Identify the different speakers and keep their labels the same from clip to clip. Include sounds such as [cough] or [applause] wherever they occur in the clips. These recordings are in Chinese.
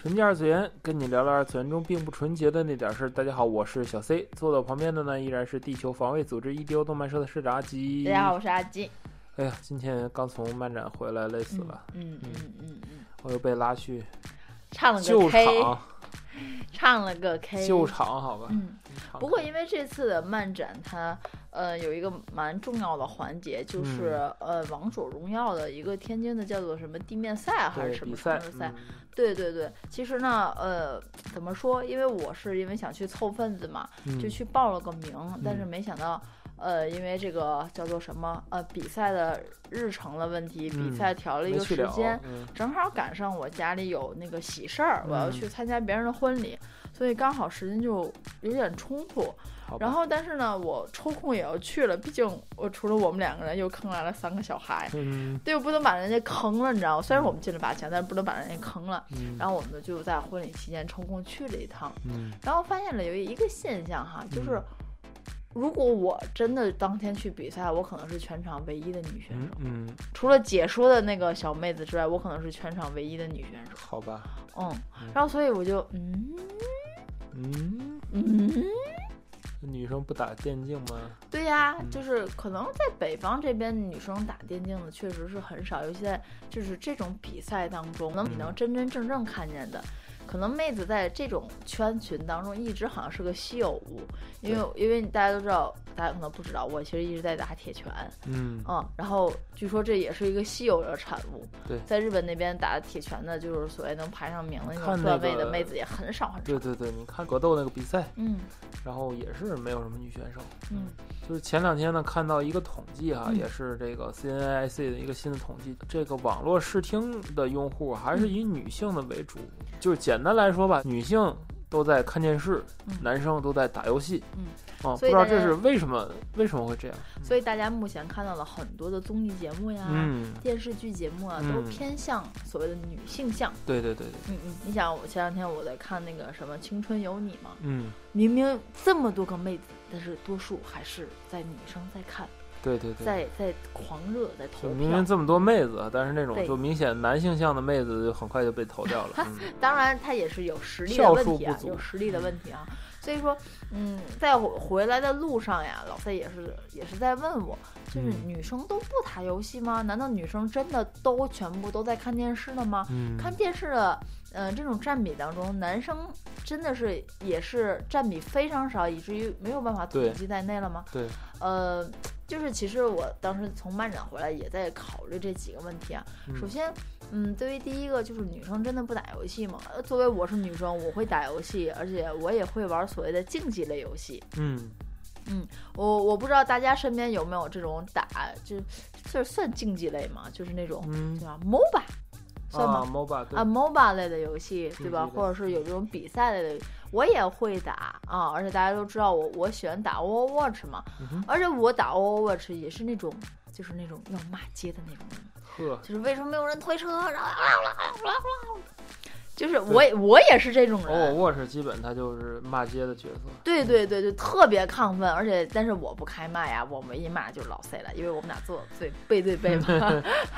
Speaker 1: 纯洁二次元，跟你聊聊二次元中并不纯洁的那点事儿。大家好，我是小 C，坐在我旁边的呢依然是地球防卫组织 EDO 动漫社的社长阿吉。
Speaker 2: 大家好，我是阿吉。
Speaker 1: 哎呀，今天刚从漫展回来，累死了，
Speaker 2: 嗯嗯嗯嗯，
Speaker 1: 我又被拉去
Speaker 2: 唱了
Speaker 1: 救
Speaker 2: 个 K，
Speaker 1: 场，
Speaker 2: 唱了个 K，
Speaker 1: 救场好吧？
Speaker 2: 嗯，
Speaker 1: 场
Speaker 2: 不过因为这次的漫展它，呃有一个蛮重要的环节，就是、
Speaker 1: 嗯
Speaker 2: 呃《王者荣耀》的一个天津的叫做什么地面赛还是
Speaker 1: 对
Speaker 2: 什么
Speaker 1: 比
Speaker 2: 什么
Speaker 1: 赛，
Speaker 2: 赛
Speaker 1: 嗯，
Speaker 2: 对对对，其实呢，呃，怎么说？因为我是因为想去凑份子嘛，
Speaker 1: 嗯
Speaker 2: 就去报了个名，但是没想到，呃，因为这个叫做什么呃比赛的日程的问题，比
Speaker 1: 嗯
Speaker 2: 赛调了一
Speaker 1: 没
Speaker 2: 个
Speaker 1: 去
Speaker 2: 时
Speaker 1: 了
Speaker 2: 间，，
Speaker 1: 嗯
Speaker 2: 正好赶上我家里有那个喜事儿，我要
Speaker 1: 嗯
Speaker 2: 去参加别人的婚礼，所以刚好时间就有点冲突。
Speaker 1: 好吧
Speaker 2: 然后，但是呢，我抽空也要去了，毕竟我除了我们两个人，又坑来了三个小孩，
Speaker 1: 嗯
Speaker 2: 对，我不能把人家坑了，你知道吗？虽然我们进了八强，但是不能把人家坑了。
Speaker 1: 嗯
Speaker 2: 然后我们就在婚礼期间抽空去了一趟，
Speaker 1: 嗯
Speaker 2: 然后发现了有一个现象哈，就是
Speaker 1: 嗯
Speaker 2: 如果我真的当天去比赛，我可能是全场唯一的女选
Speaker 1: 嗯
Speaker 2: 手，
Speaker 1: 嗯，
Speaker 2: 除了解说的那个小妹子之外，我可能是全场唯一的女选手。
Speaker 1: 好吧，
Speaker 2: 嗯
Speaker 1: 嗯，
Speaker 2: 然后所以我就嗯
Speaker 1: 嗯，
Speaker 2: 嗯，
Speaker 1: 女生不打电竞吗？
Speaker 2: 对呀、
Speaker 1: 嗯
Speaker 2: 就是可能在北方这边女生打电竞的确实是很少，尤其在就是这种比赛当中，能你能
Speaker 1: 嗯
Speaker 2: 真真正正看见的。可能妹子在这种圈群当中一直好像是个稀有物，因为因为大家都知道，大家可能不知道，我其实一直在打铁拳，
Speaker 1: 嗯，
Speaker 2: 嗯，然后据说这也是一个稀有的产物。
Speaker 1: 对
Speaker 2: 在日本那边打铁拳的，就是所谓能排上名的那
Speaker 1: 看
Speaker 2: 种
Speaker 1: 那
Speaker 2: 段位的
Speaker 1: 个
Speaker 2: 妹子也很少嗯很
Speaker 1: 对
Speaker 2: 少。
Speaker 1: 对对，你看格斗那个比赛，
Speaker 2: 嗯
Speaker 1: 然后也是没有什么女选手。
Speaker 2: 嗯，
Speaker 1: 就是前两天呢，看到一个统计哈、
Speaker 2: 嗯
Speaker 1: 也是这个 CNIC 的一个新的统计，这个网络视听的用户还
Speaker 2: 嗯
Speaker 1: 是以女性的为主。就是简单来说吧，女性都在看电视，
Speaker 2: 嗯
Speaker 1: 男生都在打游戏。
Speaker 2: 嗯，
Speaker 1: 啊，不
Speaker 2: 所以
Speaker 1: 知道
Speaker 2: 大家啊
Speaker 1: 这是为什么，为什么会这样？
Speaker 2: 所以大家目前看到的很多的综艺节目呀、
Speaker 1: 嗯，
Speaker 2: 电视剧节目啊，
Speaker 1: 嗯
Speaker 2: 都偏向所谓的女性向。
Speaker 1: 对对对对，
Speaker 2: 嗯嗯，你想，我前两天我在看那个什么《青春有你》嘛，
Speaker 1: 嗯，
Speaker 2: 明明这么多个妹子，但是多数还是在女生在看，
Speaker 1: 对对对。
Speaker 2: 在在狂热，在
Speaker 1: 就
Speaker 2: 投票。
Speaker 1: 明明这么多妹子啊，但是那种
Speaker 2: 对
Speaker 1: 就明显男性向的妹子就很快就被投掉了。嗯
Speaker 2: 当然，他也是有实力的问题
Speaker 1: 票数
Speaker 2: 啊
Speaker 1: 不，足
Speaker 2: 有实力的问题啊。所以说，嗯，在我回来的路上呀，老蔡也是也是在问我，就是
Speaker 1: 嗯
Speaker 2: 女生都不打游戏吗？难道女生真的都全部都在看电视了吗？
Speaker 1: 嗯，
Speaker 2: 看电视的，嗯、这种占比当中，男生真的是也是占比非常少，以至于没有办法统
Speaker 1: 对
Speaker 2: 计在内了吗？
Speaker 1: 对，
Speaker 2: 呃，就是其实我当时从漫展回来也在考虑这几个问题啊。
Speaker 1: 嗯
Speaker 2: 首先，嗯，对于第一个就是女生真的不打游戏吗？呃作为我是女生，我会打游戏，而且我也会玩所谓的竞技类游戏。
Speaker 1: 嗯，
Speaker 2: 我我不知道大家身边有没有这种打，就这算竞技类吗？就是那种
Speaker 1: 嗯
Speaker 2: 叫 MOBA，算吗
Speaker 1: 啊？，MOBA 对
Speaker 2: 啊，MOBA 类的游戏，对吧？
Speaker 1: 竞技类
Speaker 2: 或者是有这种比赛类的，我也会打啊。而且大家都知道我我喜欢打 Overwatch 嘛，
Speaker 1: 嗯哼
Speaker 2: 而且我打 Overwatch 也是那种就是那种要骂街的那种人，
Speaker 1: 呵，
Speaker 2: 就是为什么没有人推车，然后啊 [laughs] 啦啦啦啦，就是我也我也是这种
Speaker 1: 哦，
Speaker 2: 人。
Speaker 1: 沃是基本他就是骂街的角色。
Speaker 2: [laughs] 对对对，就特别亢奋，而且但是我不开麦呀，我们一骂就是老 C 了，因为我们俩坐对背对背
Speaker 1: [laughs]
Speaker 2: 嘛，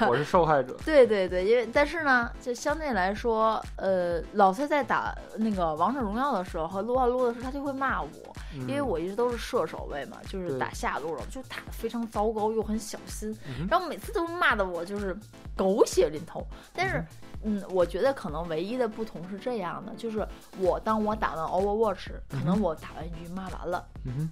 Speaker 1: 我是受害者。
Speaker 2: 对对对，因为但是呢，就相对来说，呃，老崔在打那个王者荣耀的时候和撸啊撸的时候，他就会骂我，
Speaker 1: 嗯
Speaker 2: 因为我一直都是射手位嘛，就是
Speaker 1: 对
Speaker 2: 打下路了，就打的非常糟糕又很小心，
Speaker 1: 嗯哼
Speaker 2: 然后每次都骂的我就是狗血淋头。但是，嗯，我觉得可能唯一的不同是这样的，就是我当我打完 Overwatch，可
Speaker 1: 嗯
Speaker 2: 能我打完一局骂完了。
Speaker 1: 嗯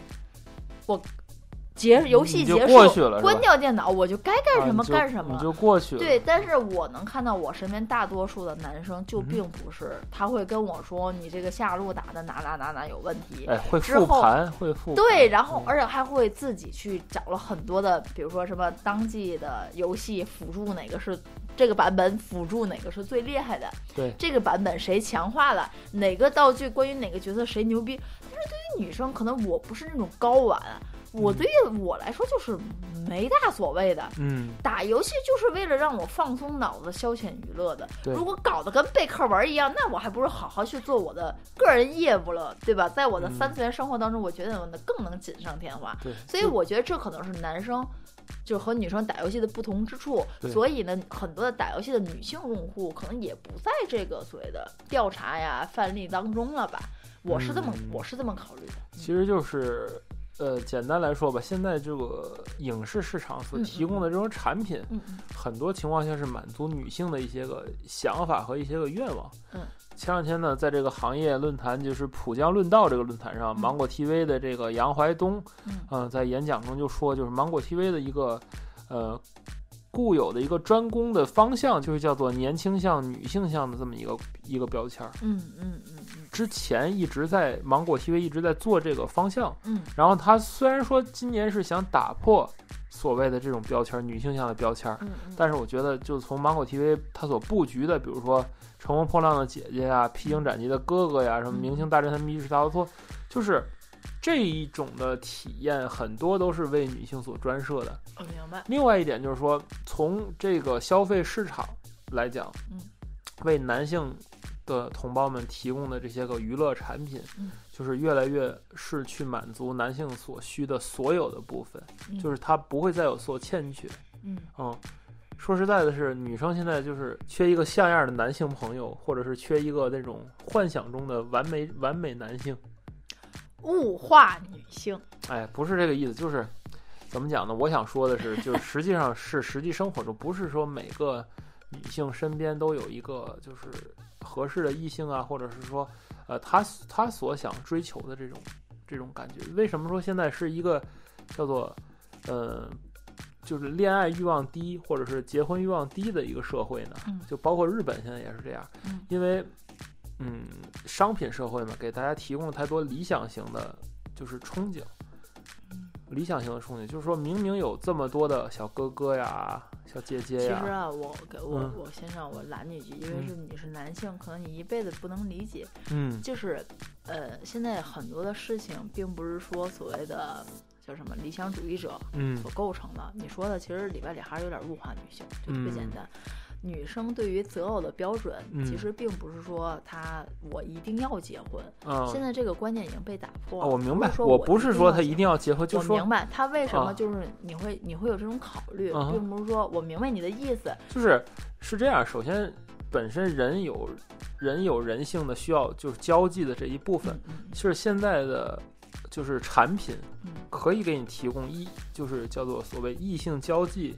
Speaker 2: 结游戏
Speaker 1: 你就
Speaker 2: 结
Speaker 1: 过去了
Speaker 2: 束，
Speaker 1: 是
Speaker 2: 关
Speaker 1: 吧
Speaker 2: 掉电脑，我就该
Speaker 1: 哼
Speaker 2: 干什么
Speaker 1: 啊你就
Speaker 2: 干什么。
Speaker 1: 你就过去了。
Speaker 2: 对，但是我能看到我身边大多数的男生
Speaker 1: 嗯
Speaker 2: 就并不是，他会跟我说你这个下路打的哪哪哪哪有问题。
Speaker 1: 哎，会
Speaker 2: 之后
Speaker 1: 复盘，会复盘
Speaker 2: 对，然后
Speaker 1: 嗯
Speaker 2: 而且还会自己去找了很多的，比如说什么当季的游戏辅助哪个是这个版本辅助哪个是最厉害的，
Speaker 1: 对
Speaker 2: 这个版本谁强化了哪个道具，关于哪个角色谁牛逼。但是对于女生，可能我不是那种高玩，我对于我来说就是没大所谓的。
Speaker 1: 嗯，
Speaker 2: 打游戏就是为了让我放松脑子、消遣娱乐的。
Speaker 1: 对
Speaker 2: 如果搞得跟背课文一样，那我还不如好好去做我的个人业务了，对吧？在我的
Speaker 1: 嗯
Speaker 2: 三次元生活当中，我觉得我更能锦上添花。
Speaker 1: 对，
Speaker 2: 所以我觉得这可能是男生就和女生打游戏的不同之处。
Speaker 1: 对
Speaker 2: 所以呢，很多的打游戏的女性用户可能也不在这个所谓的调查呀、范例当中了吧？我是这么、
Speaker 1: 嗯
Speaker 2: 我是这么考虑的。
Speaker 1: 其实就是，呃，简单来说吧，现在这个影视市场所
Speaker 2: 嗯嗯
Speaker 1: 提供的这种产品，
Speaker 2: 嗯嗯
Speaker 1: 很多情况下是满足女性的一些个想法和一些个愿望。
Speaker 2: 嗯，
Speaker 1: 前两天呢，在这个行业论坛，就是浦江论道这个论坛上，
Speaker 2: 嗯
Speaker 1: 芒果 TV 的这个杨怀东，
Speaker 2: 嗯
Speaker 1: 嗯、在演讲中就说，就是芒果 TV 的一个，呃。固有的一个专攻的方向，就是叫做年轻向、女性向的这么一个一个标签儿。
Speaker 2: 嗯嗯嗯嗯
Speaker 1: 之前一直在芒果 TV 一直在做这个方向，
Speaker 2: 嗯
Speaker 1: 然后他虽然说今年是想打破所谓的这种标签儿，女性向的标签儿，
Speaker 2: 嗯嗯，
Speaker 1: 但是我觉得就从芒果 TV 它所布局的，比如说《乘风破浪的姐姐》呀，《披荆斩棘的哥哥》呀，什么《明星大侦探密室逃脱》，就是这一种的体验，很多都是为女性所专设的。
Speaker 2: 我哦明白。
Speaker 1: 另外一点就是说，从这个消费市场来讲，
Speaker 2: 嗯，
Speaker 1: 为男性的同胞们提供的这些个娱乐产品，
Speaker 2: 嗯
Speaker 1: 就是越来越是去满足男性所需的所有的部分，
Speaker 2: 嗯
Speaker 1: 就是它不会再有所欠缺。
Speaker 2: 嗯
Speaker 1: 嗯，说实在的是，女生现在就是缺一个像样的男性朋友，或者是缺一个那种幻想中的完美完美男性。
Speaker 2: 物化女性。
Speaker 1: 哎，不是这个意思，就是怎么讲呢？我想说的是，就是实际上是实际生活中，不是说每个女性身边都有一个就是合适的异性啊，或者是说，呃，她她所想追求的这种呃这种感觉。为什么说现在是一个叫做呃，就是恋爱欲望低，或者是结婚欲望低的一个社会呢？
Speaker 2: 嗯
Speaker 1: 就包括日本现在也是这样，
Speaker 2: 嗯
Speaker 1: 因为嗯，商品社会嘛，给大家提供了太多理想型的，就是憧憬。
Speaker 2: 嗯
Speaker 1: 理想型的憧憬，就是说明明有这么多的小哥哥呀、小姐姐
Speaker 2: 其实
Speaker 1: 呀，
Speaker 2: 啊，我给我、
Speaker 1: 嗯
Speaker 2: 我先生我拦你一句，因为是你是男性，可能你一辈子不能理解，
Speaker 1: 嗯
Speaker 2: 就是，呃，现在很多的事情并不是说所谓的叫什么理想主义者
Speaker 1: 嗯
Speaker 2: 所构成的。你说的其实里边里还是有点物化女性，这
Speaker 1: 嗯
Speaker 2: 不简单。女生对于择偶的标准，
Speaker 1: 嗯
Speaker 2: 其实并不是说她我一定要结婚，
Speaker 1: 啊，
Speaker 2: 现在这个观念已经被打破了。
Speaker 1: 哦我明白
Speaker 2: 不，是说
Speaker 1: 我
Speaker 2: 我
Speaker 1: 不是说他
Speaker 2: 一定要结
Speaker 1: 一定要结婚，
Speaker 2: 婚
Speaker 1: 就
Speaker 2: 我
Speaker 1: 说
Speaker 2: 明白他为什
Speaker 1: 啊
Speaker 2: 么就是你会、你会有这种考虑，
Speaker 1: 嗯哼
Speaker 2: 并不是说我明白你的意思，
Speaker 1: 就是是这样。首先，本身人有人有人性的需要，就是交际的这一部分，
Speaker 2: 嗯
Speaker 1: 就是现在的就是产品
Speaker 2: 嗯
Speaker 1: 可以给你提供异，就是叫做所谓异性交际。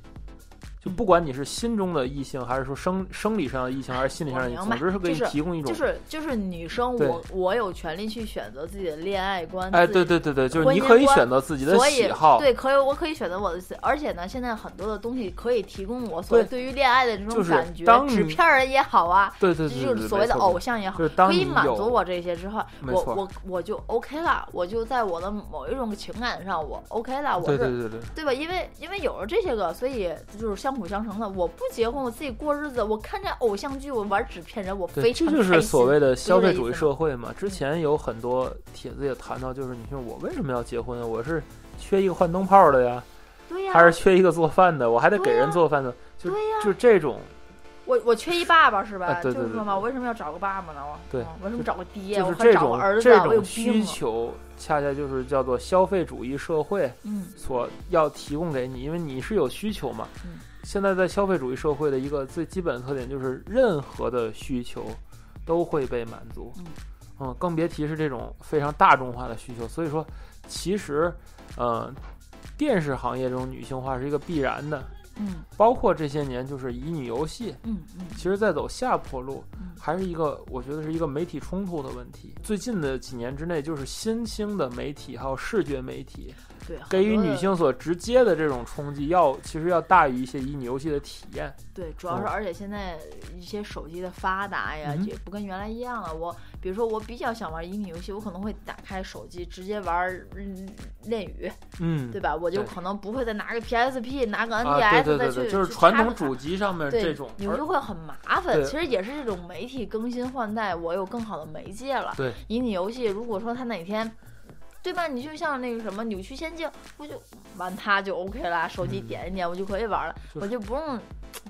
Speaker 1: 就不管你是心中的异性，还是说生生理上的异性，还是心理上的异性，
Speaker 2: 我明白
Speaker 1: 总之是给你
Speaker 2: 就是
Speaker 1: 提供一种
Speaker 2: 就是就是女生
Speaker 1: 嗯对
Speaker 2: 我我有权利去选择自己的恋爱观，
Speaker 1: 哎，
Speaker 2: 自
Speaker 1: 对
Speaker 2: 己
Speaker 1: 对对对，就是
Speaker 2: 婚
Speaker 1: 你
Speaker 2: 姻
Speaker 1: 可以
Speaker 2: 观
Speaker 1: 选择自己的
Speaker 2: 所以
Speaker 1: 喜好，
Speaker 2: 对，可以，我可以选择我的自己，而且呢，现在很多的东西可以提供我所谓
Speaker 1: 对
Speaker 2: 对于恋爱的这
Speaker 1: 就
Speaker 2: 种
Speaker 1: 是
Speaker 2: 感觉，
Speaker 1: 当
Speaker 2: 纸
Speaker 1: 你
Speaker 2: 片儿也好啊，
Speaker 1: 对对
Speaker 2: 这
Speaker 1: 对，
Speaker 2: 就是
Speaker 1: 对
Speaker 2: 所谓的，偶
Speaker 1: 没错
Speaker 2: 像也好，
Speaker 1: 就是当
Speaker 2: 可以
Speaker 1: 你
Speaker 2: 满
Speaker 1: 有
Speaker 2: 足我这些之后，
Speaker 1: 没
Speaker 2: 我
Speaker 1: 错
Speaker 2: 我我就 OK 了，我就在我的某一种情感上我 OK 了，我
Speaker 1: 对
Speaker 2: 是
Speaker 1: 对对对，
Speaker 2: 对吧？因为因为有了这些个，所以就是相辅相成的。我不结婚，我自己过日子，我看这偶像剧，我玩纸片人，我
Speaker 1: 对，
Speaker 2: 非常
Speaker 1: 这
Speaker 2: 开
Speaker 1: 就
Speaker 2: 心。
Speaker 1: 是所谓的消
Speaker 2: 这
Speaker 1: 费
Speaker 2: 意
Speaker 1: 主义
Speaker 2: 思
Speaker 1: 社会嘛。
Speaker 2: 嗯
Speaker 1: 之前有很多帖子也谈到，就是你说我为什么要结婚啊？我是缺一个换灯泡的呀，
Speaker 2: 对呀、
Speaker 1: 还是缺一个做饭的？我还得给
Speaker 2: 对啊
Speaker 1: 人
Speaker 2: 呀
Speaker 1: 做饭的，就
Speaker 2: 对呀、
Speaker 1: 就这种，
Speaker 2: 我我缺一爸爸是吧？
Speaker 1: 啊对对
Speaker 2: 就是说
Speaker 1: 对
Speaker 2: 嘛，
Speaker 1: 对
Speaker 2: 我为什么要找个爸爸呢？我
Speaker 1: 对
Speaker 2: 嗯为什么找个爹？
Speaker 1: 就
Speaker 2: 我
Speaker 1: 是
Speaker 2: 还
Speaker 1: 这
Speaker 2: 找个
Speaker 1: 种
Speaker 2: 儿子
Speaker 1: 这
Speaker 2: 啊，我有
Speaker 1: 种需
Speaker 2: 病啊！
Speaker 1: 求，恰恰就是叫做消费主义社会
Speaker 2: 嗯
Speaker 1: 所要提供给你，因为你是有需求嘛
Speaker 2: 嗯。
Speaker 1: 现在在消费主义社会的一个最基本的特点就是，任何的需求都会被满足
Speaker 2: 嗯，
Speaker 1: 嗯，更别提是这种非常大众化的需求。所以说，其实，嗯，电视行业这种女性化是一个必然的，
Speaker 2: 嗯
Speaker 1: 包括这些年就是乙女游戏，
Speaker 2: 嗯嗯
Speaker 1: 其实在走下坡路
Speaker 2: 嗯，
Speaker 1: 还是一个我觉得是一个媒体冲突的问题。最近的几年之内，就是新兴的媒体还有视觉媒体，
Speaker 2: 对，很
Speaker 1: 给予
Speaker 2: 多
Speaker 1: 女
Speaker 2: 的
Speaker 1: 性所直接的这种冲击要，其实要大于一些乙女游戏的体验。
Speaker 2: 对，主要是
Speaker 1: 嗯
Speaker 2: 而且现在一些手机的发达呀，
Speaker 1: 嗯
Speaker 2: 也不跟原来一样了。我比如说我比较想玩乙女游戏，我可能会打开手机直接玩儿嗯恋与，
Speaker 1: 嗯
Speaker 2: 对吧？我就
Speaker 1: 对
Speaker 2: 可能不会再拿个 PSP 拿个
Speaker 1: 啊，对
Speaker 2: NDS
Speaker 1: 对
Speaker 2: 再
Speaker 1: 对
Speaker 2: 去
Speaker 1: 对，就是
Speaker 2: 去
Speaker 1: 传
Speaker 2: 插
Speaker 1: 统
Speaker 2: 着它
Speaker 1: 主机上面
Speaker 2: 对
Speaker 1: 这种，
Speaker 2: 你
Speaker 1: 而
Speaker 2: 就会很麻烦。
Speaker 1: 对
Speaker 2: 其实也是这种媒体更新换代，我有更好的媒介了。
Speaker 1: 对，
Speaker 2: 乙女游戏，如果说它哪天，对吧？你就像那个什么扭曲仙境，我就玩它就 OK 啦，手机
Speaker 1: 嗯
Speaker 2: 点一点我就可以玩了，
Speaker 1: 就是
Speaker 2: 我就不用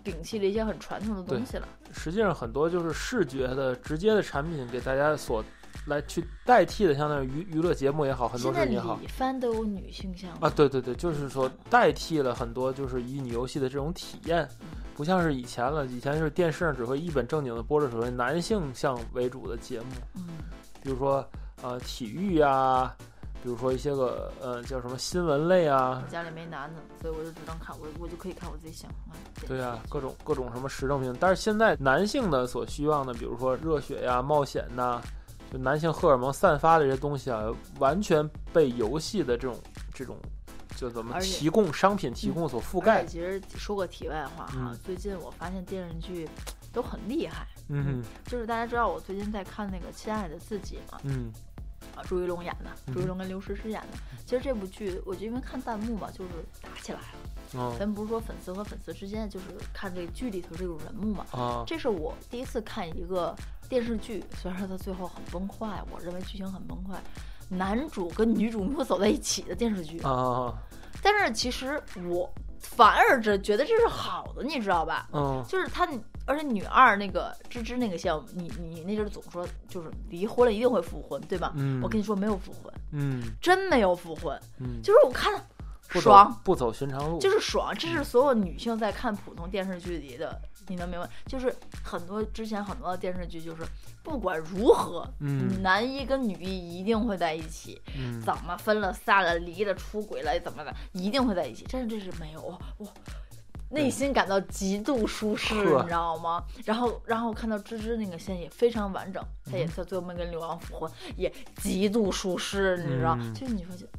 Speaker 2: 摒弃了一些很传统的东西了。
Speaker 1: 实际上很多就是视觉的直接的产品给大家所来去代替的，相当于娱娱乐节目也好，很
Speaker 2: 现
Speaker 1: 多
Speaker 2: 在
Speaker 1: 事情
Speaker 2: 李
Speaker 1: 也好
Speaker 2: 帆都有女性向
Speaker 1: 啊，对对对，就是说代替了很多就是乙女游戏的这种体验，不像是以前了，以前就是电视上只会一本正经的播着所谓男性向为主的节目，
Speaker 2: 嗯，
Speaker 1: 比如说呃体育啊，比如说一些个呃叫什么新闻类啊，
Speaker 2: 家里没男的，所以我就只能看我，我就可以看我自己想看的。
Speaker 1: 对啊，各种各种什么时政品，但是现在男性的所需要呢，比如说热血呀、冒险呐、就男性荷尔蒙散发的这些东西啊，完全被游戏的这种这种，就怎么
Speaker 2: 而且
Speaker 1: 提供商品提供所覆
Speaker 2: 而
Speaker 1: 盖
Speaker 2: 且。其实说个题外话哈，
Speaker 1: 嗯
Speaker 2: 最近我发现电视剧都很厉害。
Speaker 1: 嗯
Speaker 2: 就是大家知道我最近在看那个《亲爱的自己》嘛，
Speaker 1: 嗯
Speaker 2: 啊，朱一龙演的，
Speaker 1: 嗯
Speaker 2: 朱一龙跟刘诗诗演的。其实这部剧，我就因为看弹幕嘛，就是打起来了。
Speaker 1: 哦
Speaker 2: 咱不是说粉丝和粉丝之间，就是看这个剧里头这种人物嘛。
Speaker 1: 啊
Speaker 2: 这是我第一次看一个电视剧，虽然说它最后很崩坏，我认为剧情很崩坏，男主跟女主没有走在一起的电视剧
Speaker 1: 啊，啊
Speaker 2: 但是其实我反而这觉得这是好的，你知道吧？
Speaker 1: 嗯
Speaker 2: 就是他，而且女二那个芝芝那个线，你你那阵儿总说就是离婚了一定会复婚，对吧？
Speaker 1: 嗯
Speaker 2: 我跟你说没有复婚，
Speaker 1: 嗯
Speaker 2: 真没有复婚，
Speaker 1: 嗯，
Speaker 2: 就是我看
Speaker 1: 不走
Speaker 2: 爽，
Speaker 1: 不走寻常路，
Speaker 2: 就是爽，这是所有女性在看普通电视剧里的，你能明白？就是很多之前很多的电视剧就是不管如何，
Speaker 1: 嗯
Speaker 2: 男一跟女一一定会在一起，
Speaker 1: 嗯
Speaker 2: 怎么分了、散了、离了、出轨了，怎么的，一定会在一起。但是这是没有，我我内心感到极度舒适，
Speaker 1: 呵
Speaker 2: 你知道吗？然后，然后看到芝芝那个线也非常完整，
Speaker 1: 嗯
Speaker 2: 她也在最后面跟刘洋复婚，也极度舒适，你知道？
Speaker 1: 嗯
Speaker 2: 就是你说就嗯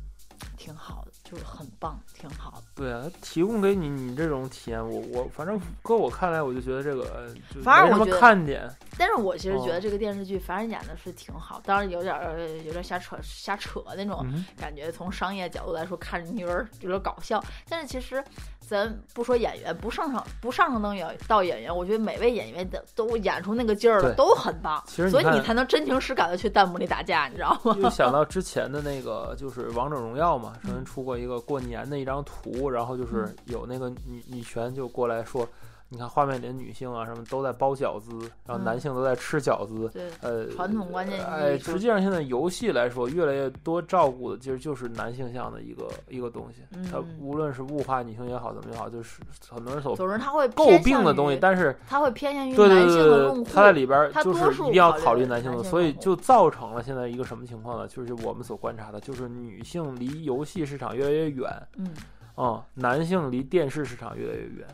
Speaker 2: 挺好的，就是很棒，挺好的。
Speaker 1: 对啊，提供给你你这种体验，我我反正搁我看来，我就觉得这个呃就
Speaker 2: 反而
Speaker 1: 没什
Speaker 2: 我
Speaker 1: 么
Speaker 2: 觉得
Speaker 1: 看点，
Speaker 2: 但是我其实觉得
Speaker 1: 哦
Speaker 2: 这个电视剧反正演的是挺好，当然有点儿呃有点儿瞎扯瞎扯那种，
Speaker 1: 嗯
Speaker 2: 感觉从商业角度来说，看着有点儿有点儿搞笑。但是其实，咱不说演员，不上上不上升到演到演员，我觉得每位演员的都演出那个劲儿了，
Speaker 1: 对
Speaker 2: 都很棒。
Speaker 1: 其实你
Speaker 2: 所以你
Speaker 1: 看
Speaker 2: 才能真情实感的去弹幕里打架，你知道吗？
Speaker 1: 又想到之前的那个，就是《王者荣耀》嘛，之前出过一个过年的一张图，然后
Speaker 2: 嗯
Speaker 1: 就是有那个女女权就过来说，你看画面里的女性啊，什么都在包饺子，然后
Speaker 2: 嗯
Speaker 1: 男性都在吃饺子，
Speaker 2: 对，
Speaker 1: 呃，
Speaker 2: 传统观念
Speaker 1: 哎，
Speaker 2: 意义就
Speaker 1: 实际上现在游戏来说，越来越多照顾的其实就是男性向的一个一个东西，它
Speaker 2: 嗯
Speaker 1: 无论是物化女性也好，怎么也好，就是很多人所
Speaker 2: 总之他会
Speaker 1: 诟
Speaker 2: 偏
Speaker 1: 病
Speaker 2: 向
Speaker 1: 的东西，
Speaker 2: 于
Speaker 1: 但是
Speaker 2: 他会偏向于
Speaker 1: 对对
Speaker 2: 男
Speaker 1: 对
Speaker 2: 性
Speaker 1: 对
Speaker 2: 的
Speaker 1: 对
Speaker 2: 用户。
Speaker 1: 它在里边儿
Speaker 2: 它
Speaker 1: 就是
Speaker 2: 多
Speaker 1: 一
Speaker 2: 数
Speaker 1: 定要
Speaker 2: 考虑
Speaker 1: 考虑
Speaker 2: 男
Speaker 1: 男性的，
Speaker 2: 性
Speaker 1: 所以
Speaker 2: 用户
Speaker 1: 就造成了现在一个什么情况呢？就是我们所观察的，就是女性离游戏市场越来越远，
Speaker 2: 嗯，
Speaker 1: 嗯，男性离电视市场越来越远，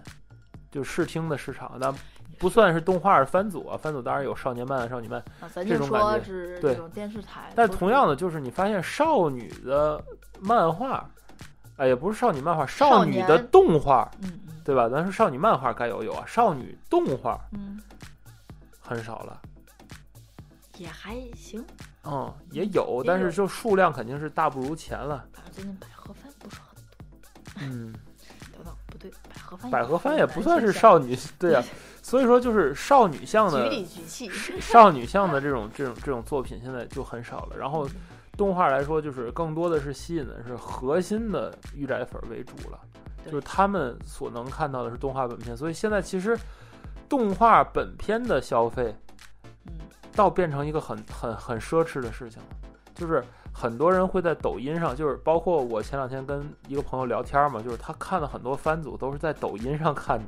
Speaker 1: 就视听的市场，那不算是动画番组啊，番组当然有少年漫啊、少女漫，
Speaker 2: 啊，咱
Speaker 1: 这
Speaker 2: 就
Speaker 1: 种
Speaker 2: 说
Speaker 1: 感觉
Speaker 2: 是
Speaker 1: 对
Speaker 2: 这种电视台。
Speaker 1: 但
Speaker 2: 都
Speaker 1: 同
Speaker 2: 是
Speaker 1: 样的，就是你发现少女的漫画，哎，也不是少女漫画，
Speaker 2: 少
Speaker 1: 少女
Speaker 2: 年
Speaker 1: 的动画，
Speaker 2: 嗯嗯
Speaker 1: 对吧？咱说少女漫画该有有啊，少女动画
Speaker 2: 嗯，
Speaker 1: 很少了。
Speaker 2: 也还行。
Speaker 1: 嗯，也有，
Speaker 2: 也
Speaker 1: 但
Speaker 2: 有
Speaker 1: 是就数量肯定是大不如前了。
Speaker 2: 反正最近百合番不是很哎
Speaker 1: 嗯，
Speaker 2: 等等，不对，百合番
Speaker 1: 百合番
Speaker 2: 哎
Speaker 1: 也不算是
Speaker 2: 少
Speaker 1: 少女， [laughs] 对
Speaker 2: [laughs]
Speaker 1: 啊，所以说就是少女向
Speaker 2: 女
Speaker 1: 的
Speaker 2: 里举气。
Speaker 1: 少女向的这种这种这种作品现在就很少 [laughs] 了。然后动画来说，就是更多的是吸引的是核心的御宅粉为主了，
Speaker 2: 对
Speaker 1: 就是他们所能看到的是动画本片，所以现在其实动画本片的消费
Speaker 2: 嗯，
Speaker 1: 倒变成一个很很很奢侈的事情了，就是很多人会在抖音上，就是包括我前两天跟一个朋友聊天嘛，就是他看了很多番组都是在抖音上看的，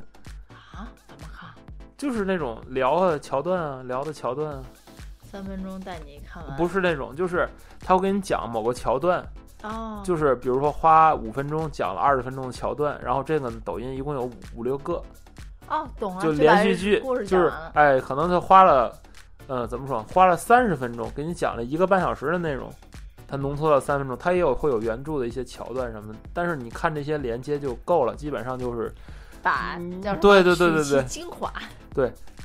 Speaker 2: 啊，怎么看？
Speaker 1: 就是那种聊的桥段啊，聊的桥段啊，
Speaker 2: 三分钟带你看完。
Speaker 1: 不是那种，就是他会跟你讲某个桥段，
Speaker 2: 哦，
Speaker 1: 就是比如说花五分钟讲了二十分钟的桥段，然后这个抖音一共有五五六个，
Speaker 2: 哦，懂了，
Speaker 1: 就
Speaker 2: 把
Speaker 1: 连续
Speaker 2: 这
Speaker 1: 剧
Speaker 2: 故事，
Speaker 1: 就
Speaker 2: 讲
Speaker 1: 是
Speaker 2: 完了。
Speaker 1: 哎，可能他花了，呃，怎么说，花了三十分钟给你讲了一个半小时的内容，它浓缩到三分钟，它也有会有原著的一些桥段什么的，但是你看这些连接就够了，基本上就是
Speaker 2: 把
Speaker 1: 嗯
Speaker 2: 叫什么
Speaker 1: 对对对对
Speaker 2: 取
Speaker 1: 对
Speaker 2: 其精华，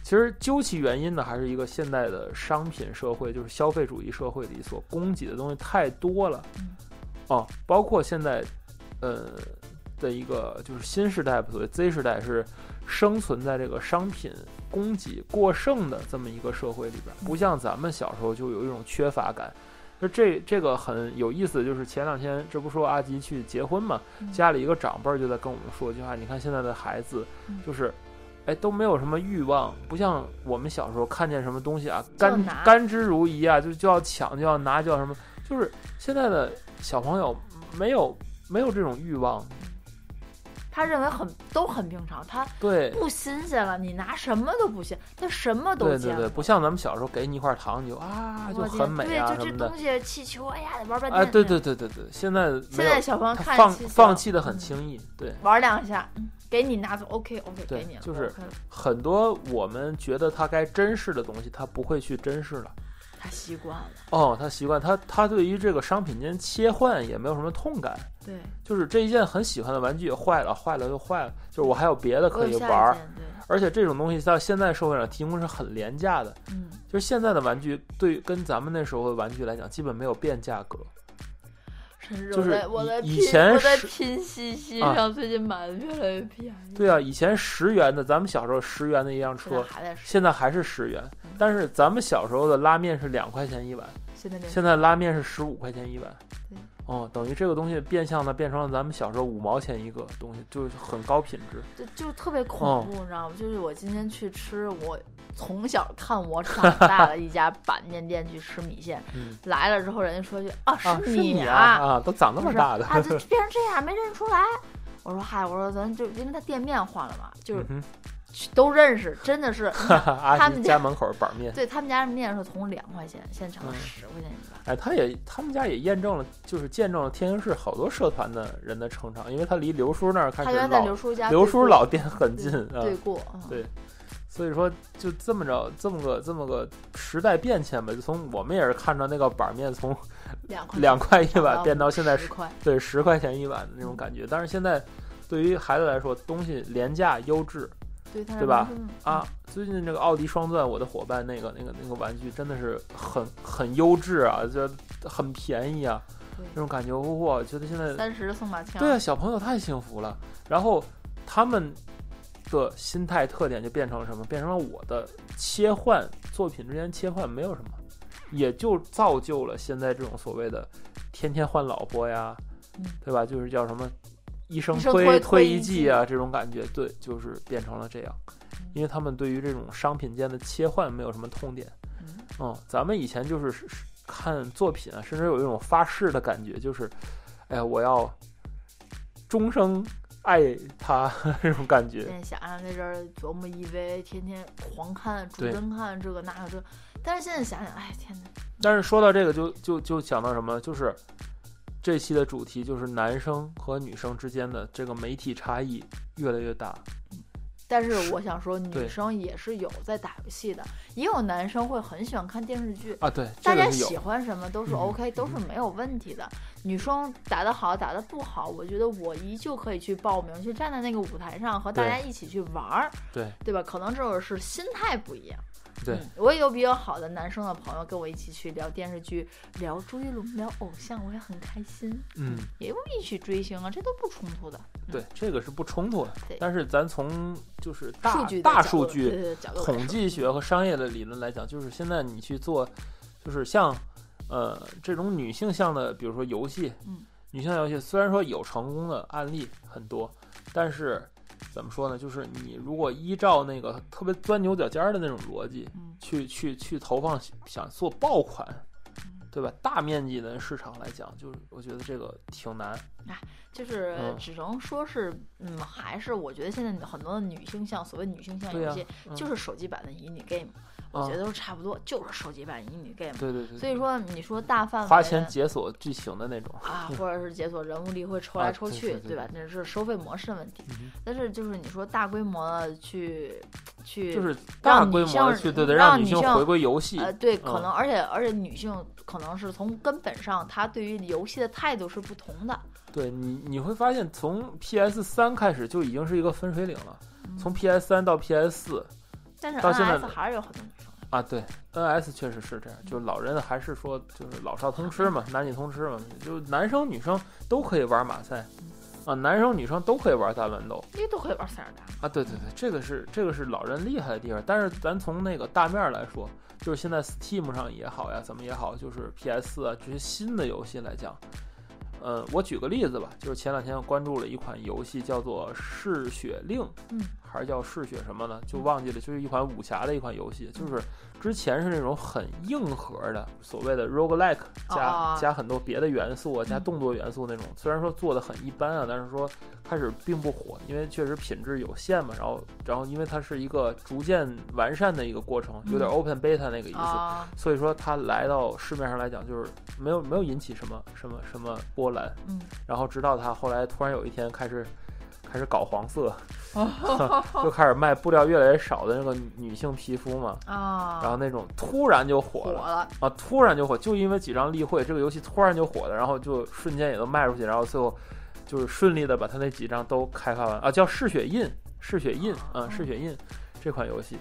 Speaker 1: 其实究其原因呢，还是一个现代的商品社会，就是消费主义社会里所供给的东西太多了
Speaker 2: 嗯，
Speaker 1: 哦，包括现在，呃的一个就是新时代，所谓 Z 时代是生存在这个商品供给过剩的这么一个社会里边，不像咱们小时候就有一种缺乏感。那这这个很有意思，就是前两天这不说阿吉去结婚嘛，
Speaker 2: 嗯
Speaker 1: 家里一个长辈儿就在跟我们说一句话，你看现在的孩子
Speaker 2: 嗯，
Speaker 1: 就是，哎，都没有什么欲望，不像我们小时候看见什么东西啊，
Speaker 2: 就
Speaker 1: 甘
Speaker 2: 拿
Speaker 1: 甘之如饴啊，就就要抢，就要拿，就要什么，就是现在的小朋友没有没有这种欲望，
Speaker 2: 他认为很都很平常，他
Speaker 1: 对。
Speaker 2: 不新鲜了，你拿什么都不新，他什么都
Speaker 1: 对
Speaker 2: 见
Speaker 1: 对对，
Speaker 2: 了。
Speaker 1: 不像咱们小时候给你一块糖，你就啊就
Speaker 2: 我
Speaker 1: 很
Speaker 2: 见
Speaker 1: 美啊
Speaker 2: 对，
Speaker 1: 什
Speaker 2: 就
Speaker 1: 么
Speaker 2: 这
Speaker 1: 的
Speaker 2: 东，西气球，哎呀，玩半天。
Speaker 1: 哎，对对，对对对，现在没
Speaker 2: 现在
Speaker 1: 有，
Speaker 2: 小朋友
Speaker 1: 他
Speaker 2: 看
Speaker 1: 放
Speaker 2: 气球
Speaker 1: 放弃的很
Speaker 2: 嗯
Speaker 1: 轻易，对，
Speaker 2: 玩两下，嗯给你拿走，OK OK，
Speaker 1: 对
Speaker 2: 给你了，
Speaker 1: 就是
Speaker 2: OK 了
Speaker 1: 很多我们觉得他该珍视的东西，他不会去珍视了。
Speaker 2: 他习惯了，
Speaker 1: 哦，他习惯他他对于这个商品间切换也没有什么痛感，
Speaker 2: 对，
Speaker 1: 就是这一件很喜欢的玩具也坏了，坏了又坏了，就是我还有别的可以
Speaker 2: 我有下
Speaker 1: 玩
Speaker 2: 一
Speaker 1: 儿。
Speaker 2: 件，对，
Speaker 1: 而且这种东西在现在社会上提供是很廉价的，
Speaker 2: 嗯，
Speaker 1: 就是现在的玩具对跟咱们那时候的玩具来讲，基本没有变价格。
Speaker 2: 甚至
Speaker 1: 就
Speaker 2: 我
Speaker 1: 是
Speaker 2: 在我在
Speaker 1: 以以
Speaker 2: 拼
Speaker 1: 前
Speaker 2: 我在
Speaker 1: 是
Speaker 2: 拼夕夕
Speaker 1: 啊
Speaker 2: 上，最近买的越来越便宜。
Speaker 1: 对啊，以前十元的，咱们小时候十元的一辆
Speaker 2: 现在
Speaker 1: 车，
Speaker 2: 还在说，
Speaker 1: 现在还是十元
Speaker 2: 啊嗯，
Speaker 1: 但是咱们小时候的拉面是两块钱一碗，
Speaker 2: 现在连
Speaker 1: 现在拉面是十五块钱一碗
Speaker 2: 对。
Speaker 1: 哦，等于这个东西变相的变成了咱们小时候五毛钱一个东西，就是很高品质。
Speaker 2: 就就特别恐
Speaker 1: 哦
Speaker 2: 怖，你知道吗？就是我今天去吃我从小看我长大的一
Speaker 1: [laughs]
Speaker 2: 家板面店去吃米线，
Speaker 1: 嗯，
Speaker 2: 来了之后人家说句啊
Speaker 1: 啊，是
Speaker 2: 你
Speaker 1: 你啊，都长那
Speaker 2: 不
Speaker 1: 么
Speaker 2: 是
Speaker 1: 大的，
Speaker 2: 啊，就
Speaker 1: [laughs]
Speaker 2: 变成这样没认出来。我说嗨，我说咱就因为他店面换了嘛，就是
Speaker 1: 嗯
Speaker 2: 都认识，真
Speaker 1: [laughs]
Speaker 2: 的是
Speaker 1: 哼啊阿
Speaker 2: 他
Speaker 1: 姨
Speaker 2: 们
Speaker 1: 家
Speaker 2: 家
Speaker 1: 门口板面，
Speaker 2: 对他们家面是从两块钱现在涨到
Speaker 1: 嗯
Speaker 2: 十块钱一碗。
Speaker 1: 哎，他也他们家也验证了，就是见证了天津市好多社团的人的成长，因为他离刘叔那儿开
Speaker 2: 他
Speaker 1: 始
Speaker 2: 原来在
Speaker 1: 老
Speaker 2: 刘叔家对过，
Speaker 1: 刘叔老店很近啊，
Speaker 2: 对过，嗯
Speaker 1: 对所以说就这么着，这么个这么个时代变迁吧，就从我们也是看着那个板面
Speaker 2: [laughs]
Speaker 1: 从
Speaker 2: 两块
Speaker 1: 两
Speaker 2: 钱
Speaker 1: 块一
Speaker 2: 涨
Speaker 1: 碗变到现在
Speaker 2: 十块，
Speaker 1: 对十块钱一碗的那种感觉，但是现在对于孩子来说，东西廉价优质，
Speaker 2: 对他
Speaker 1: 对吧？
Speaker 2: 嗯
Speaker 1: 啊，最近这个奥迪双钻，我的伙伴那个那个那个玩具真的是很很优质啊，就很便宜啊，
Speaker 2: 对
Speaker 1: 那种感觉，哇，我觉得现在
Speaker 2: 嗯三十送把枪，
Speaker 1: 对啊，小朋友太幸福了。然后他们的心态特点就变成了什么？变成了我的切换作品之间切换没有什么，也就造就了现在这种所谓的天天换老婆呀，
Speaker 2: 嗯
Speaker 1: 对吧？就是叫什么一生
Speaker 2: 一生推
Speaker 1: 推
Speaker 2: 推
Speaker 1: 一
Speaker 2: 一
Speaker 1: 季啊，这种感觉，对，就是变成了这样。
Speaker 2: 嗯
Speaker 1: 因为他们对于这种商品间的切换没有什么痛点，
Speaker 2: 嗯
Speaker 1: 嗯，咱们以前就是是是看作品啊，甚至有一种发誓的感觉，就是，哎呀，我要终生爱他 [laughs] 这种感觉
Speaker 2: 现。在想想那阵儿琢磨 EVA，天天狂看、逐
Speaker 1: 对
Speaker 2: 帧看这个那个这，但是现在想想，哎天哪，
Speaker 1: 但是说到这个就，就就想到什么，就是这期的主题就是男生和女生之间的这个媒体差异越来越大。
Speaker 2: 但
Speaker 1: 是
Speaker 2: 是我想说，
Speaker 1: 对
Speaker 2: 女生也是有在打游戏的，也有男生会很喜欢看电视剧。
Speaker 1: 啊，对，这
Speaker 2: 大
Speaker 1: 个
Speaker 2: 家
Speaker 1: 是有
Speaker 2: 喜欢什么都是
Speaker 1: 嗯
Speaker 2: OK，、都是没有问题的。女生打得好，打得不好，我觉得我依旧可以去报名，去站在那个舞台上和大
Speaker 1: 对
Speaker 2: 家一起去玩儿，
Speaker 1: 对
Speaker 2: 对吧？可能这种是心态不一样。
Speaker 1: 对
Speaker 2: 嗯我也有比较好的男生的朋友跟我一起去聊电视剧、聊朱一龙、聊偶像，我也很开心。
Speaker 1: 嗯，
Speaker 2: 也不一起追星啊，这都不冲突的。
Speaker 1: 对，这个是不冲突的
Speaker 2: 对。
Speaker 1: 但是咱从就是大
Speaker 2: 数据的
Speaker 1: 大
Speaker 2: 角
Speaker 1: 数
Speaker 2: 度
Speaker 1: 据
Speaker 2: 对对对角度来
Speaker 1: 统
Speaker 2: 说
Speaker 1: 计学和商业的理论来讲，就是现在你去做，就是像呃这种女性向的，比如说游戏，
Speaker 2: 嗯，
Speaker 1: 女性向游戏虽然说有成功的案例很多，但是怎么说呢？就是你如果依照那个特别钻牛角尖儿的那种逻辑
Speaker 2: 嗯
Speaker 1: 去去去投放，想做爆款
Speaker 2: 嗯。
Speaker 1: 对吧？大面积的市场来讲，就是我觉得这个挺难。
Speaker 2: 就是
Speaker 1: 嗯
Speaker 2: 只能说是，嗯，还是我觉得现在很多的女性向，所谓女性向
Speaker 1: 对
Speaker 2: 游
Speaker 1: 呀、
Speaker 2: 戏，
Speaker 1: 嗯
Speaker 2: 就是手机版的乙女 game。
Speaker 1: 啊
Speaker 2: 我觉得都差不多，就是手机版迷你 game。
Speaker 1: 对对对，
Speaker 2: 所以说，你说大范围
Speaker 1: 花钱解锁剧情的那种，
Speaker 2: 啊，或者是解锁人物力会抽
Speaker 1: 啊
Speaker 2: 来抽
Speaker 1: 对
Speaker 2: 去，
Speaker 1: 对对
Speaker 2: 吧？那是收费模式的问题。
Speaker 1: 嗯哼
Speaker 2: 但是就是你说大规模的去去，
Speaker 1: 就是
Speaker 2: 让
Speaker 1: 大
Speaker 2: 女
Speaker 1: 规模的
Speaker 2: 性
Speaker 1: 去对对，
Speaker 2: 让
Speaker 1: 女
Speaker 2: 女
Speaker 1: 性
Speaker 2: 性
Speaker 1: 回归游戏，
Speaker 2: 呃，对，可
Speaker 1: 嗯
Speaker 2: 能而且而且女性可能是从根本上，她对于游戏的态度是不同的。
Speaker 1: 对你你会发现，从 PS 三开始就已经是一个分水岭了。
Speaker 2: 嗯
Speaker 1: 从 PS 三到 PS 四
Speaker 2: 但是
Speaker 1: 到现在
Speaker 2: NS 还是有很多女生的。
Speaker 1: 啊，对 NS 确实是这样，就是老人还是说就是老少通吃嘛，男女通吃嘛，就是男生女生都可以玩马赛
Speaker 2: 嗯
Speaker 1: 啊，男生女生都可以玩大乱斗
Speaker 2: 因为都可以玩塞尔达，
Speaker 1: 啊，对对对，这个是这个是老人厉害的地方。但是咱从那个大面儿来说，就是现在 Steam 上也好呀，怎么也好，就是 PS 四啊这些新的游戏来讲，呃，我举个例子吧，就是前两天我关注了一款游戏，叫做《嗜血令》，
Speaker 2: 嗯，
Speaker 1: 还是叫《嗜血什么呢？就忘记了，就是一款武侠的一款游戏，就是之前是那种很硬核的，所谓的 roguelike 加、
Speaker 2: 哦
Speaker 1: 加很多别的元素啊，加
Speaker 2: 嗯
Speaker 1: 动作元素那种，虽然说做的很一般啊，但是说开始并不火，因为确实品质有限嘛，然后然后因为它是一个逐渐完善的一个过程，有点
Speaker 2: 嗯
Speaker 1: open beta 那个意思，
Speaker 2: 啊，
Speaker 1: 所以说它来到市面上来讲，就是没有没有引起什么什么什么波澜。
Speaker 2: 嗯，
Speaker 1: 然后直到它后来突然有一天开始开始搞黄色， [laughs] 就开始卖布料越来越少的那个女女性皮肤嘛，
Speaker 2: 啊，
Speaker 1: 然后那种突然就火
Speaker 2: 火
Speaker 1: 了
Speaker 2: 了，
Speaker 1: 啊，突然就火，就因为几张例会，这个游戏突然就火了，然后就瞬间也都卖出去，然后最后就是顺利的把它那几张都开发完啊，叫《嗜血印》，《嗜血印》啊，
Speaker 2: 哦
Speaker 1: 《嗜血印》这款游戏，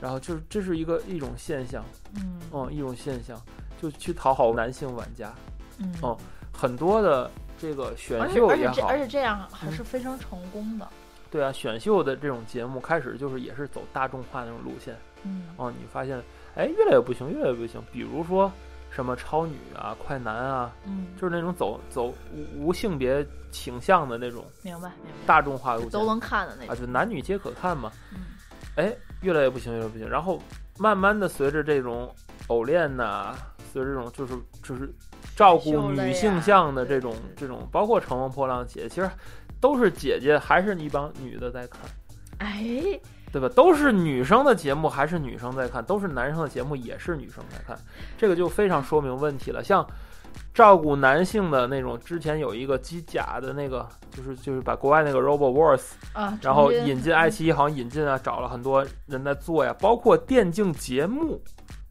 Speaker 1: 然后就是这是一个一种现象。
Speaker 2: 嗯
Speaker 1: 嗯，一种现象，就去讨好男性玩家。
Speaker 2: 嗯
Speaker 1: 哦很多的这个选
Speaker 2: 而且
Speaker 1: 秀
Speaker 2: 而
Speaker 1: 也
Speaker 2: 且这
Speaker 1: 好
Speaker 2: 而，且这样还
Speaker 1: 嗯
Speaker 2: 是非常成功的，
Speaker 1: 对啊，选秀的这种节目开始就是也是走大众化那种路线。
Speaker 2: 嗯
Speaker 1: 哦，你发现，哎，越来越不行，越来越不行。比如说什么超女啊、快男啊，
Speaker 2: 嗯，
Speaker 1: 就是那种走走无无性别倾向的那种
Speaker 2: 明白明白，
Speaker 1: 大众化路
Speaker 2: 都
Speaker 1: 线
Speaker 2: 能看的那
Speaker 1: 啊，
Speaker 2: 种，
Speaker 1: 就男女皆可看嘛。
Speaker 2: 嗯
Speaker 1: 哎，越来越不行，越来越不行。然后慢慢的，随着这种偶练呐、随着这种就是就是照顾女性向的这种
Speaker 2: 选秀类啊
Speaker 1: 这种，包括《乘风破浪》姐，其实都是姐姐，还是一帮女的在看，
Speaker 2: 哎，
Speaker 1: 对吧？都是女生的节目，还是女生在看；都是男生的节目，也是女生在看。这个就非常说明问题了。像照顾男性的那种，之前有一个机甲的那个，就是就是把国外那个 Robo Wars
Speaker 2: 啊，
Speaker 1: 然后
Speaker 2: 重新
Speaker 1: 引进爱奇艺，好像引进啊，找了很多人在做呀，包括电竞节目，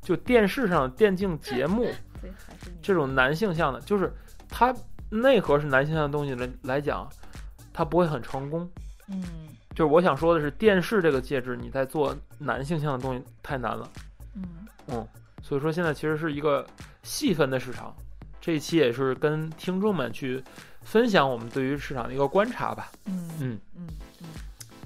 Speaker 1: 就电视上的电竞节目
Speaker 2: 对嗯还是你
Speaker 1: 这种男性向的，就是它内核是男性向的东西来来讲，它不会很成功。
Speaker 2: 嗯
Speaker 1: 就是我想说的是，电视这个介质你在做男性向的东西太难了，
Speaker 2: 嗯
Speaker 1: 所以说现在其实是一个细分的市场。这一期也是跟听众们去分享我们对于市场的一个观察吧。
Speaker 2: 嗯
Speaker 1: 嗯
Speaker 2: 嗯嗯，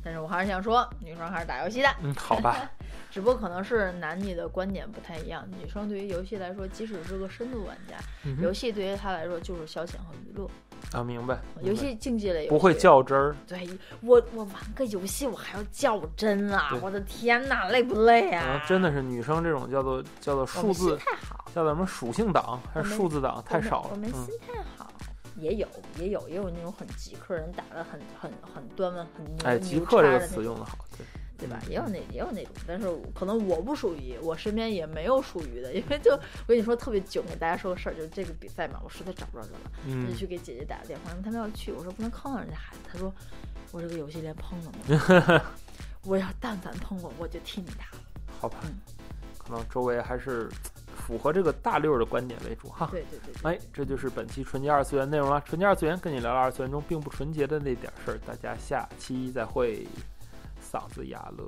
Speaker 2: 但是我还是想说，女生还是打游戏的。
Speaker 1: 嗯，好吧，
Speaker 2: [laughs] 只不过可能是男女的观点不太一样。女生对于游戏来说，即使是个深度玩家，
Speaker 1: 嗯哼
Speaker 2: 游戏对于她来说就是消遣和娱乐。
Speaker 1: 啊，明白。
Speaker 2: 游
Speaker 1: 明白
Speaker 2: 戏竞技类游戏
Speaker 1: 不会较真儿。
Speaker 2: 对我我玩个游戏我还要较真啊
Speaker 1: 对！
Speaker 2: 我的天呐，累不累
Speaker 1: 啊
Speaker 2: 啊？，
Speaker 1: 真的是女生这种叫做叫做
Speaker 2: 我
Speaker 1: 数
Speaker 2: 们心
Speaker 1: 字
Speaker 2: 态好，
Speaker 1: 叫做什么属性党还是
Speaker 2: 我们
Speaker 1: 数字党太少
Speaker 2: 我
Speaker 1: 了，
Speaker 2: 们我
Speaker 1: 嗯
Speaker 2: 们心态好。啊也有，也有，也有那种很极客人打的很很很端稳，很牛
Speaker 1: 哎，极
Speaker 2: 牛
Speaker 1: 客这
Speaker 2: 叉
Speaker 1: 个
Speaker 2: 的那
Speaker 1: 词
Speaker 2: 种
Speaker 1: 用的好，对
Speaker 2: 对吧？
Speaker 1: 嗯
Speaker 2: 也有那也有那种，但是我可能我不属于，我身边也没有属于的，因为就我跟你说特别囧，给大家说个事儿，就是这个比赛嘛，我实在找不着人了，我就
Speaker 1: 嗯，
Speaker 2: 去给姐姐打个电话，因为他们要去，我说不能坑了人家孩子，她说我这个游戏连碰都没有
Speaker 1: [laughs]
Speaker 2: 我要但凡碰过我就替你打了，
Speaker 1: 好吧
Speaker 2: 嗯，
Speaker 1: 可能周围还是符合这个大溜儿的观点为主哈。
Speaker 2: 对对对对，
Speaker 1: 哎，这就是本期纯洁二次元内容了。纯洁二次元跟你聊聊二次元中并不纯洁的那点儿事儿，大家下期再会。嗓子哑了。